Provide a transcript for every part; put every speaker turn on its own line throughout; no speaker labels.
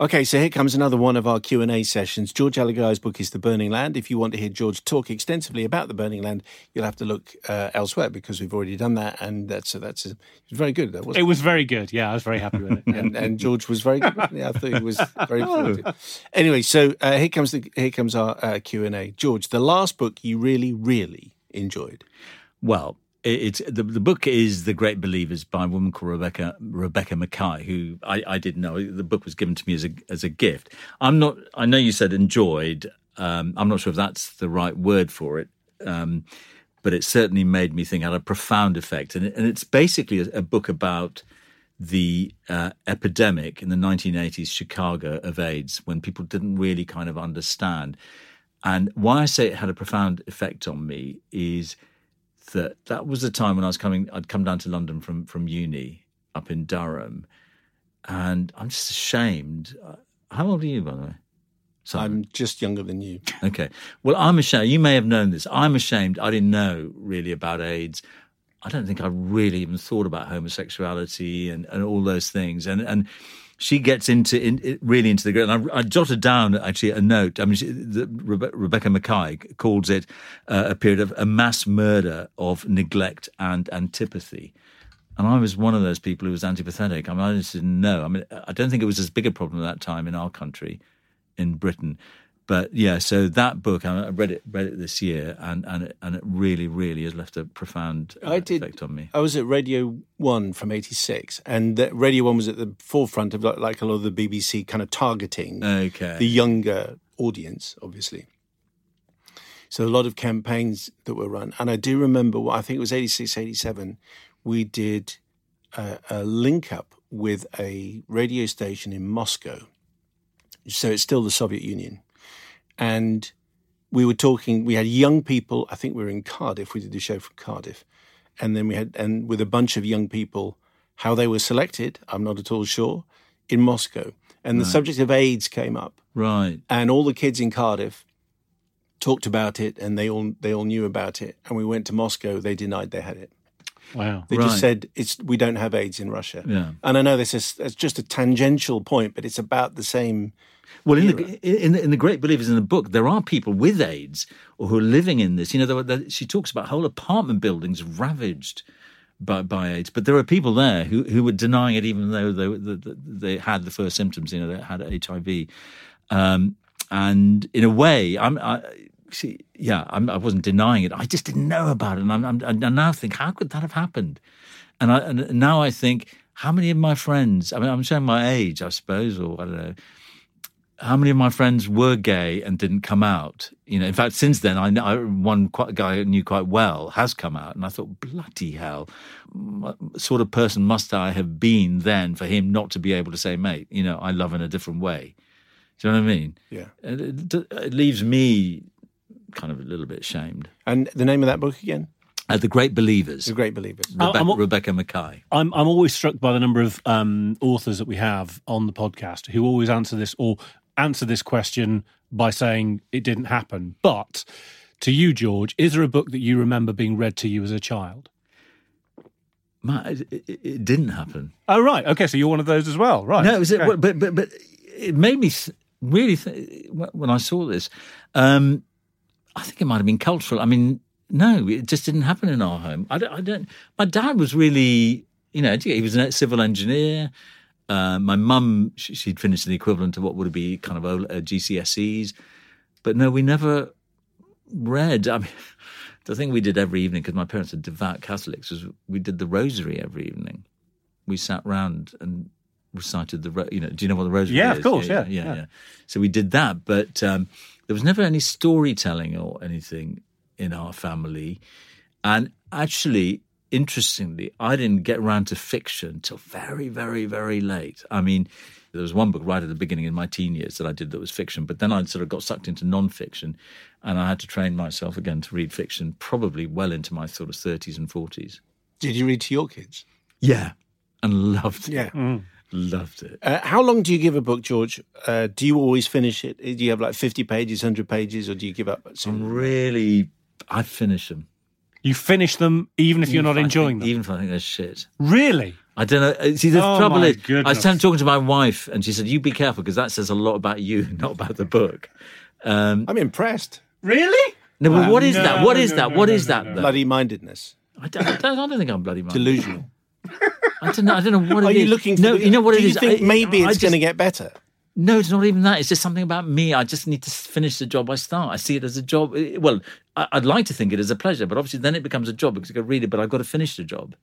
Okay, so here comes another one of our Q&A sessions. George Alagai's book is The Burning Land. If you want to hear George talk extensively about The Burning Land, you'll have to look uh, elsewhere because we've already done that, and that's that's it's very good. That
It
wasn't
was very good. Yeah, I was very happy with it. Yeah.
and, and George was very good. wasn't he? I thought he was very formative. Anyway, so uh, here comes the here comes our uh, Q and A. George, the last book you really really enjoyed.
Well, it- it's the, the book is The Great Believers by a woman called Rebecca Rebecca Mackay, who I, I didn't know. The book was given to me as a as a gift. I'm not. I know you said enjoyed. Um, I'm not sure if that's the right word for it. Um, but it certainly made me think. Had a profound effect, and, it, and it's basically a, a book about the uh, epidemic in the 1980s Chicago of AIDS when people didn't really kind of understand. And why I say it had a profound effect on me is that that was the time when I was coming. I'd come down to London from from uni up in Durham, and I'm just ashamed. Uh, How old are you, by the way? Simon?
I'm just younger than you.
Okay. Well, I'm ashamed. You may have known this. I'm ashamed. I didn't know really about AIDS. I don't think I really even thought about homosexuality and, and all those things. And and she gets into in, it- really into the great. And I, I jotted down actually a note. I mean, she, the, Rebe- Rebecca Mackay calls it uh, a period of a mass murder of neglect and antipathy. And I was one of those people who was antipathetic. I mean, I just didn't know. I mean, I don't think it was as big a problem at that time in our country, in Britain. But yeah, so that book I I read it read it this year, and and it, and it really really has left a profound uh,
I did-
effect on me.
I was at Radio One from '86, and that Radio One was at the forefront of like, like a lot of the BBC kind of targeting
Okay,
the younger audience, obviously. So a lot of campaigns that were run. And I do remember, what I think it was 86, 87, we did a, a link up with a radio station in Moscow. So it's still the Soviet Union. And we were talking, we had young people, I think we were in Cardiff, we did the show from Cardiff. And then we had, and with a bunch of young people, how they were selected, I'm not at all sure, in Moscow. And the subject of AIDS came up
right.
and all the kids in Cardiff talked about it, and they all they all knew about it. And we went to Moscow; they denied they had it.
Wow.
They just
Right.
said it's we don't have AIDS in Russia.
Yeah.
And I know this is it's just a tangential point, but it's about the same.
Well, in the, in the in the Great Believers in the book, there are people with AIDS or who are living in this. You know, there, were- there, she talks about whole apartment buildings ravaged by, by AIDS, but there are people there who who were denying it, even though they were- they, they had the first symptoms. You know, they had HIV, um, and in a way, I'm. I, See, yeah, I'm, I wasn't denying it. I just didn't know about it, and I'm, I'm, I now think, how could that have happened? And, I, and now I think, how many of my friends? I mean, I'm showing my age, I suppose, or I don't know how many of my friends were gay and didn't come out? You know, in fact, since then, I know I, one quite, guy I knew quite well has come out, and I thought, bloody hell, what sort of person must I have been then for him not to be able to say, mate, you know, I love in a different way. Do you know what I mean?
Yeah.
And It, it, it leaves me kind of a little bit ashamed.
And the name of that book again?
Uh, the Great Believers,
The Great Believers.
I'm-
Rebe-
I'm-
Rebecca Mackay.
I'm I'm always struck by the number of um, authors that we have on the podcast who always answer this or answer this question by saying it didn't happen. But to you, George, is there a book that you remember being read to you as a child?
Ma- it, it, it didn't happen.
Oh, right. Okay, so you're one of those as well, right?
No, it was,
okay.
well, but but but it made me th- really th- when I saw this. Um, I think it might have been cultural. I mean, no, it just didn't happen in our home. I don't. I don't my dad was really, you know, he was a civil engineer. Uh, my mum, she- she'd finished the equivalent of what would be kind of O- uh, GCSEs, but no, we never read. I mean, the thing we did every evening because my parents are devout Catholics was we did the Rosary every evening. We sat round and recited the, ro- you know, do you know what the Rosary
Yeah,
is?
of course, yeah,
yeah, yeah,
yeah.
So we did that, but um, there was never any storytelling or anything in our family. And actually, interestingly, I didn't get around to fiction till very, very, very late. I mean, there was one book right at the beginning in my teen years that I did that was fiction, but then I sort of got sucked into non-fiction, and I had to train myself again to read fiction probably well into my sort of 30s and 40s.
Did you read to your kids?
Yeah. And loved it.
Yeah.
Loved it.
Uh, how long do you give a book, George? Uh, do you always finish it? Do you have like fifty pages, hundred pages, or do you give up? at some-
I'm really, I finish them.
You finish them even if you're not
I
enjoying
think-
them.
Even if I think they're shit.
Really?
I don't know. uh, See, the
Oh,
trouble
my
is, I
goodness.
was telling- talking to my wife, and she said, "You be careful because that says a lot about you, not about the book."
I'm impressed.
Really?
No, but what is
no,
that? What
no,
is
no,
that?
no,
What
no,
is
no,
that?
no.
though?
Bloody mindedn't
I don't, I don't, I don't think I'm bloody mad.
delusional.
I don't know. I don't know what it is.
Are you looking? For
No,
the-
you know what
do
it
you
is.
think
I-
maybe
I
it's
just-
going to get better?
No, it's not even that. It's just something about me. I just need to s- finish the job I start. I see it as a job. Eh, Well, I- I'd like to think it is a pleasure, but obviously then it becomes a job because I go read it, but I've got to finish the job.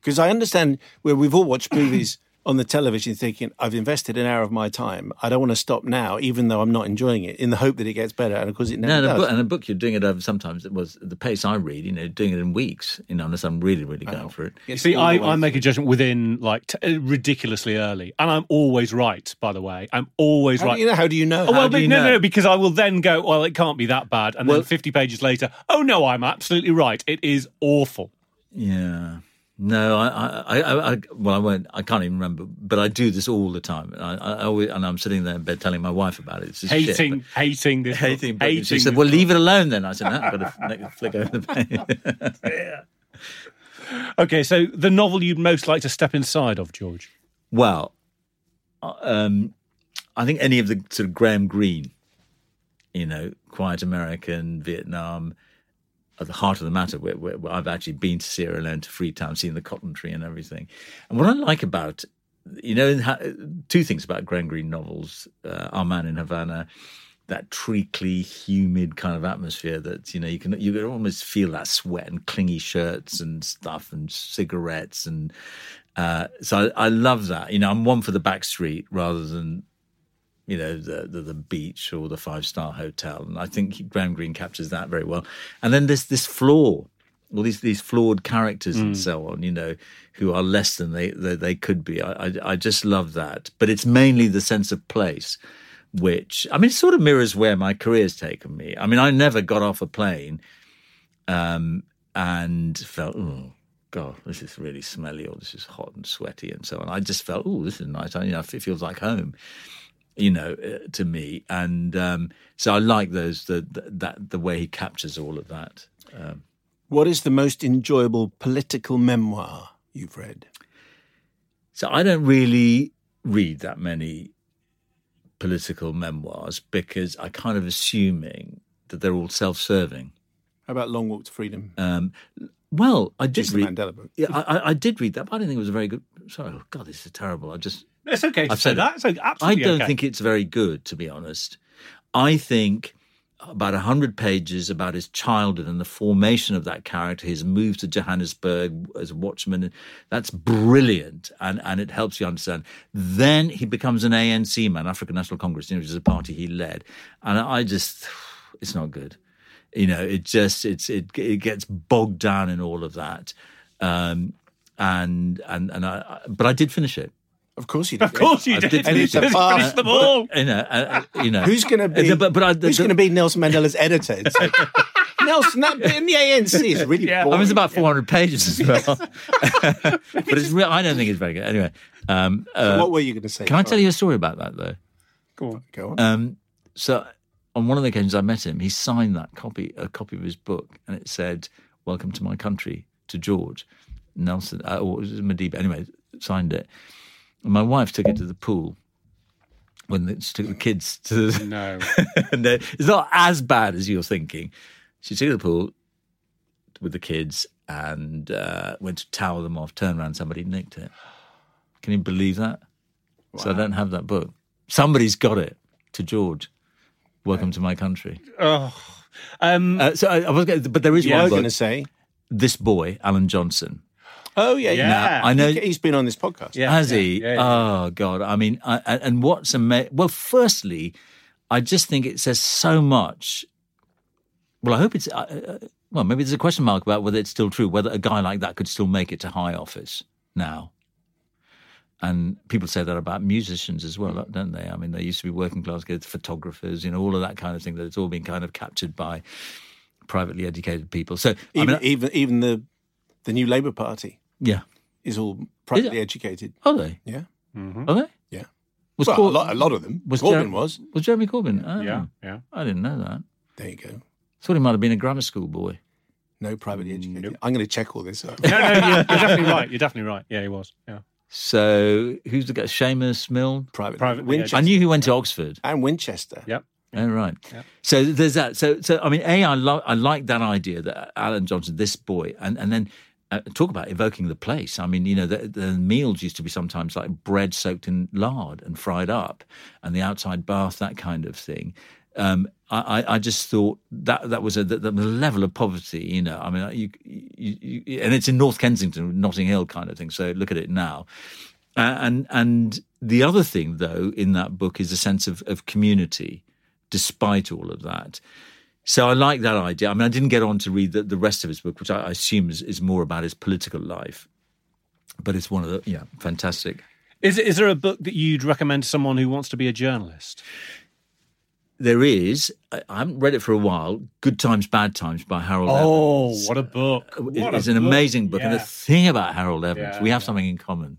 Because I understand where we've all watched movies on the television, thinking I've invested an hour of my time. I don't want to stop now, even though I'm not enjoying it, in the hope that it gets better. And of course, it
No, uh,
never does.
and a, book, and a book you're doing it over sometimes. It was the pace I read. You know, doing it in weeks. You know, unless I'm really, really
Oh.
going for it.
It's
See,
all
I,
the way
I make
through.
a judgment within like t- ridiculously early, and I'm always right. By the way, I'm always
How
right.
do you know? How do you know?
Oh, well,
do
but
you
no, no,
know?
no, because I will then go, well, it can't be that bad. And
Well-
then 50 pages later, oh, no, I'm absolutely right. It is awful.
Yeah. No, I, I, I, I, well, I won't. I can't even remember, but I do this all the time. I, I, I always, and I'm sitting there in bed telling my wife about it. It's just shit,
Hating, hating this.
but-
book,
hating. But she
hating
said,
this
"Well,
book.
leave it alone." Then I said, "No, I've got to flick over the page."
Okay, so the novel you'd most like to step inside of, George.
Well, um, I think any of the sort of Graham Greene, you know, Quiet American, Vietnam, at the heart of the matter, where, where, where I've actually been to Sierra Leone, to Freetown, seen the cotton tree and everything. And what I like about, you know, ha- two things about Graham Greene novels, uh, Our Man in Havana, that treacly, humid kind of atmosphere that, you know, you can you can almost feel that sweat and clingy shirts and stuff and cigarettes and uh, so I, I love that. You know, I'm one for the back street rather than you know the the, the beach or the five star hotel, and I think Graham Greene captures that very well. And then there's this flaw, all these these flawed characters and so on. You know, who are less than they they, they could be. I, I I just love that. But it's mainly the sense of place. Which I mean, it sort of mirrors where my career's taken me. I mean, I never got off a plane and felt, oh, God, this is really smelly or this is hot and sweaty and so on. I just felt, oh, this is nice. I, you know, it feels like home, you know, uh, to me. And um, so I like those, the, the, that, the way he captures all of that.
What is the most enjoyable political memoir you've read?
So I don't really read that many political memoirs because I kind of assuming that they're all self-serving.
How about Long Walk to Freedom?
Um, well, I did
Just the
read.
Mandela book.
Yeah, I, I- I did read that, but I don't think it was a very good. Sorry, oh God, this is terrible. I just
It's okay to
I've
say
said
that. It's okay,
I
absolutely
don't
okay.
think it's very good, to be honest. I think about 100 pages about his childhood and the formation of that character, his move to Johannesburg as a watchman. That's brilliant, and, and it helps you understand. Then he becomes an ANC man, African National Congress, you know, which is a party he led. And I just, it's not good. You know, it just, it's it, it gets bogged down in all of that. Um, and and and I, I- but I did finish it.
Of course you did.
Of course you
I
did.
did
You
finish
the
just
part.
finished them all.
You know, uh, uh, you know.
Who's going to be?
Uh, But, but I, the,
who's going to be Nelson Mandela's editor? It's like, Nelson, that bit in the ANC is really
Yeah. I
boring.
I mean, it's about 400 pages as well. but it's real. I don't think it's very good. Anyway, um, uh,
what were you going to say?
can I tell you a story about that though?
Go on.
Um, so, on one of the occasions I met him, he signed that copy, a copy of his book, and it said, "Welcome to my country," to George Nelson, uh, or was it Madiba? Anyway, signed it. And my wife took it to the pool when the, she took the kids to the,
No.
and uh, it's not as bad as you're thinking. She took the pool with the kids and uh, went to towel them off. Turned around, somebody nicked it. Can you believe that? So I don't have that book. Somebody's got it. To George, welcome to my country.
Oh. Um,
Uh, so I, I was, going but there is
I
one
was going
book.
to say.
This boy, Alan Johnson.
Oh yeah, yeah.
Yeah.
I know.
He's been on this podcast.
yeah,
Has
yeah,
he?
yeah, yeah.
Oh God! I mean, I, and- and what's amazing? Well, firstly, I just think it says so much. Well, I hope it's. Uh, uh, well, maybe there's a question mark about whether it's still true, whether a guy like that could still make it to high office now. And people say that about musicians as well, don't they? I mean, they used to be working class kids, photographers, you know, all of that kind of thing. That it's all been kind of captured by privately educated people. So,
Even
I mean,
even even the the new Labour Party
yeah,
is all privately educated.
are they?
Yeah.
Are they?
Yeah.
Was
Well,
Cor-
a, lot, a lot of them.
was
Corbyn
Jer-
was.
was Jeremy Corbyn? Oh.
yeah, yeah.
I didn't know that.
There you go.
Thought he might have been a grammar school boy.
No privately educated. I'm going to check all this out.
No, no, you're, you're definitely right. You're definitely right. Yeah, he was. Yeah.
So who's the guy? Seamus Milne.
Private,
Private-
Winchester
I knew he went to Oxford.
and Winchester.
Yep.
Oh right. So there's that. So so I mean, a I love I like that idea that Alan Johnson, this boy, and and then uh, talk about evoking the place. I mean, you know, the, the meals used to be sometimes like bread soaked in lard and fried up, and the outside bath, that kind of thing. Um, I, I I just thought that that was a the, the level of poverty, you know. I mean, you, you, you and it's in North Kensington, Notting Hill, kind of thing. So look at it now. Uh, and and the other thing though in that book is a sense of, of community despite all of that so i like that idea i mean i didn't get on to read the, the rest of his book which i, I assume is, is more about his political life but it's one of the yeah fantastic
Is is there a book that you'd recommend to someone who wants to be a journalist?
there is I, I haven't read it for a while good times bad times by harold
Oh,
Evans.
what a book! What a
it's uh, an amazing book and the
Yeah.
thing about harold evans
Yeah,
we have something in common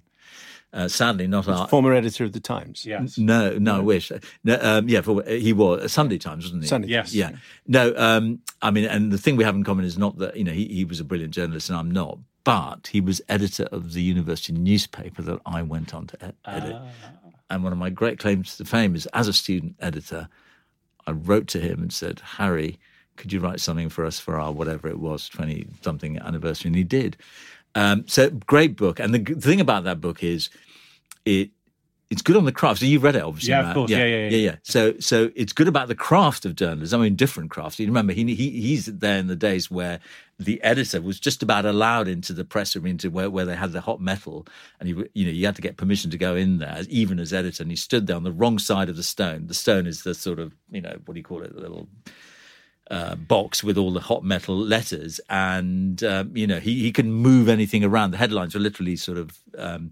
uh, sadly not our
Former editor of the Times.
Yes.
No, no, I wish. No, um, yeah, for, he was Sunday Times, wasn't he?
Sunday.
Yes.
Yeah. No, um, I mean, and the thing we have in common is not that you know he, he was a brilliant journalist and I'm not, but he was editor of the university newspaper that I went on to ed- edit. And one of my great claims to fame is as a student editor, I wrote to him and said, Harry, could you write something for us for our whatever it was, 20 something anniversary? And he did. Um, so great book. And the g- thing about that book is it it's good on the craft. So you've read it, obviously.
Yeah, of
Matt.
course. Yeah, yeah, yeah.
yeah, So so it's good about the craft of journalism. I mean, different crafts. You remember he, he he's there in the days where the editor was just about allowed into the press room, into where, where they had the hot metal, and you you know you had to get permission to go in there, even as editor. And he stood there on the wrong side of the stone. The stone is the sort of you know what do you call it, the little uh, box with all the hot metal letters, and um, you know he he can move anything around. The headlines were literally sort of um,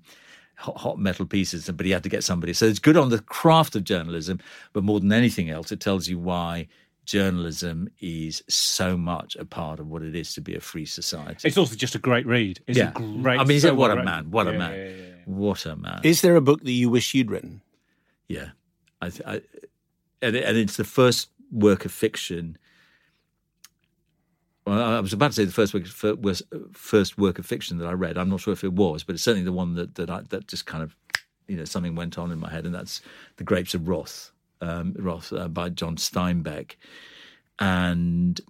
hot, hot metal pieces, but he had to get somebody. So it's good on the craft of journalism, but more than anything else, it tells you why journalism is so much a part of what it is to be a free society.
It's also just a great read. It's a great.
I mean, he
so
said, "What a
great-
man! What a
Yeah,
man!
yeah, yeah, yeah.
What a man!"
Is there a book that you wish you'd written?
Yeah, I, th- I and, it- and it's the first work of fiction. Well, I I was about to say the first work, fir- was- first work of fiction that I read. I'm not sure if it was, but it's certainly the one that that I, that just kind of, you know, something went on in my head, and that's the Grapes of Wrath, um, Wrath uh, by John Steinbeck, and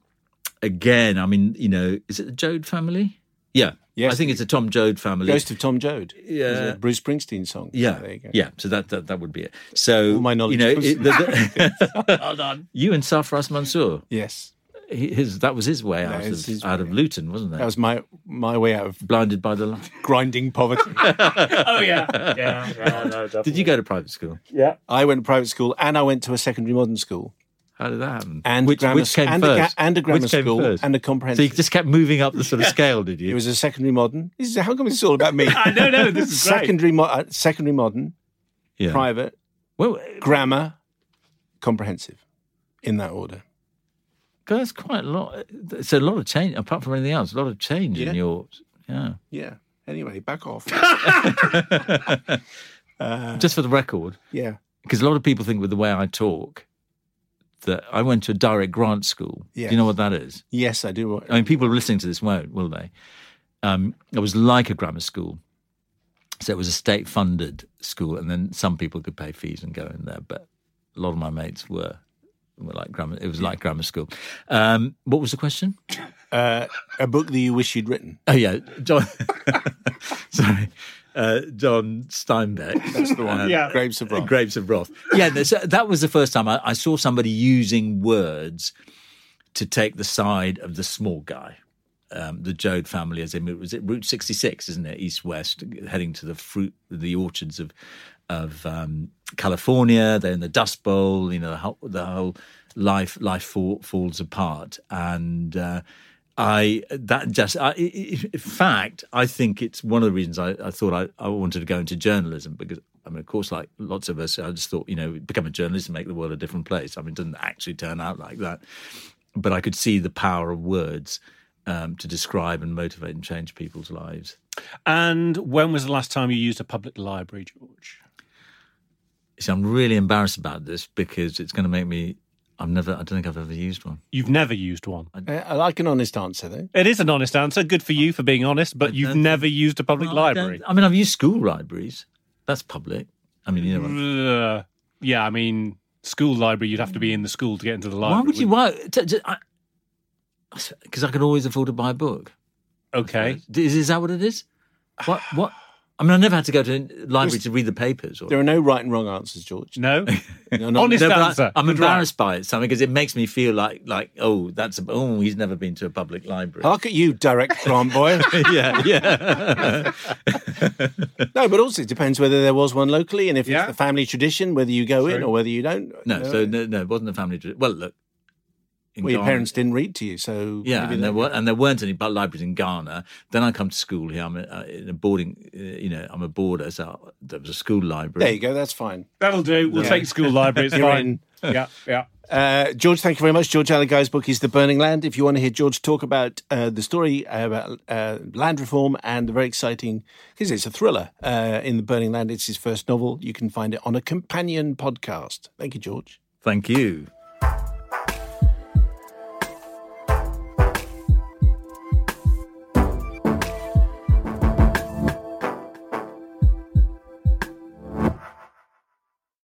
again, I mean, you know, is it the Joad family? Yeah,
Yes.
I think it's a Tom Joad family.
Ghost of Tom Joad.
Yeah.
It's a Bruce Springsteen song.
Uh, Yeah,
There you go.
yeah. So that, that that would be it. So
All my knowledge
you know,
was-
it, the, the, well done. You and Safras Mansour,
Yes.
he- his that was his way out
it's
of
his
out of Luton, wasn't it?
That was my my way out of
Blinded by the light.
grinding poverty.
Oh yeah, yeah. yeah, no,
Did you go to private school?
I went to private school and I went to a secondary modern school
How did that happen?
and
which,
grammar
which came
and, A,
first?
ga- and a grammar
Which came
school
first?
and a
so you
comprehensive.
just kept moving up the sort of scale, did you?
it was a secondary modern. This is, how come it's all about me?
no, no. This is great.
secondary mo- uh, secondary modern,
yeah.
private,
Well,
grammar, comprehensive, in that order.
God, that's quite a lot. It's a lot of change. Apart from anything else, a lot of change
Yeah.
in your. Yeah.
Yeah. Anyway, back off. Uh.
Just for the record,
yeah.
because a lot of people think with the way I talk that I went to a direct grant school. Do you know what that is?
Yes, I do.
I mean, people listening to this won't, will they? Um, it was like a grammar school. So it was a state funded school, and then some people could pay fees and go in there. But a lot of my mates were, were like grammar, it was like grammar school. Um, what was the question?
Uh, a book that you wish you'd written.
Oh, yeah, John, sorry, uh, John Steinbeck.
That's the one.
Yeah.
Grapes of Wrath.
Grapes of Wrath. Yeah, that's- that was the first time I, I saw somebody using words to take the side of the small guy. Um, the Joad family, as they moved, was it Route 66, isn't it? East West, heading to the fruit, the orchards of of um, California. They're in the Dust Bowl. You know, the whole, the whole life life fall, falls apart. And uh, I that just I, i- i- in fact, I think it's one of the reasons I, I thought I, I wanted to go into journalism because I mean, of course, like lots of us, I just thought you know, become a journalist and make the world a different place. I mean, it doesn't actually turn out like that, but I could see the power of words. Um, to describe and motivate and change people's lives.
And when was the last time you used a public library, George?
See, I'm really embarrassed about this because it's going to make me I've never. I don't think I've ever used one.
You've never used one.
Uh, I like an honest answer, though.
It is an honest answer. Good for you for being honest, but you've
don't-
never used a public
Well, I don't-
library.
I, mean, I've used school libraries. That's public. I mean, you know. what-
Uh, yeah, I mean, school library, you'd have to be in the school to get into the
Why
library.
would you? Why? Because I could always afford to buy a book.
Okay.
Is, is that what it is? What? What? I mean, I never had to go to a library to read the papers. Or,
There are no right and wrong answers, George.
No?
No, not-
Honest
No, but I-
answer.
I'm
Good
embarrassed by it, Sam, because it makes me feel like, like, oh, that's a, oh, he's never been to a public library.
I look at you, direct Grant boy.
yeah, yeah.
no, but also it depends whether there was one locally and if
Yeah.
it's the family tradition, whether you go in or whether you don't. Uh,
No, so no, no, it wasn't a family. trip. Well, look, in
Well, your
Ghana-
parents didn't read to you, so
Yeah,
maybe
and
they-
there, were, and there weren't any bu- libraries in Ghana. Then I come to school here. I'm uh, in a boarding, uh, you know, I'm a boarder, so there was a school library.
There you go. That's fine.
That'll do. We'll take school library. It's
You're
fine. Yeah, yeah.
Uh, George, thank you very much. George Allen Guy's book is The Burning Land. If you want to hear George talk about uh, the story uh, about uh, land reform and the very exciting, because it's a thriller uh, in The Burning Land, it's his first novel. You can find it on a companion podcast. Thank you, George.
Thank you.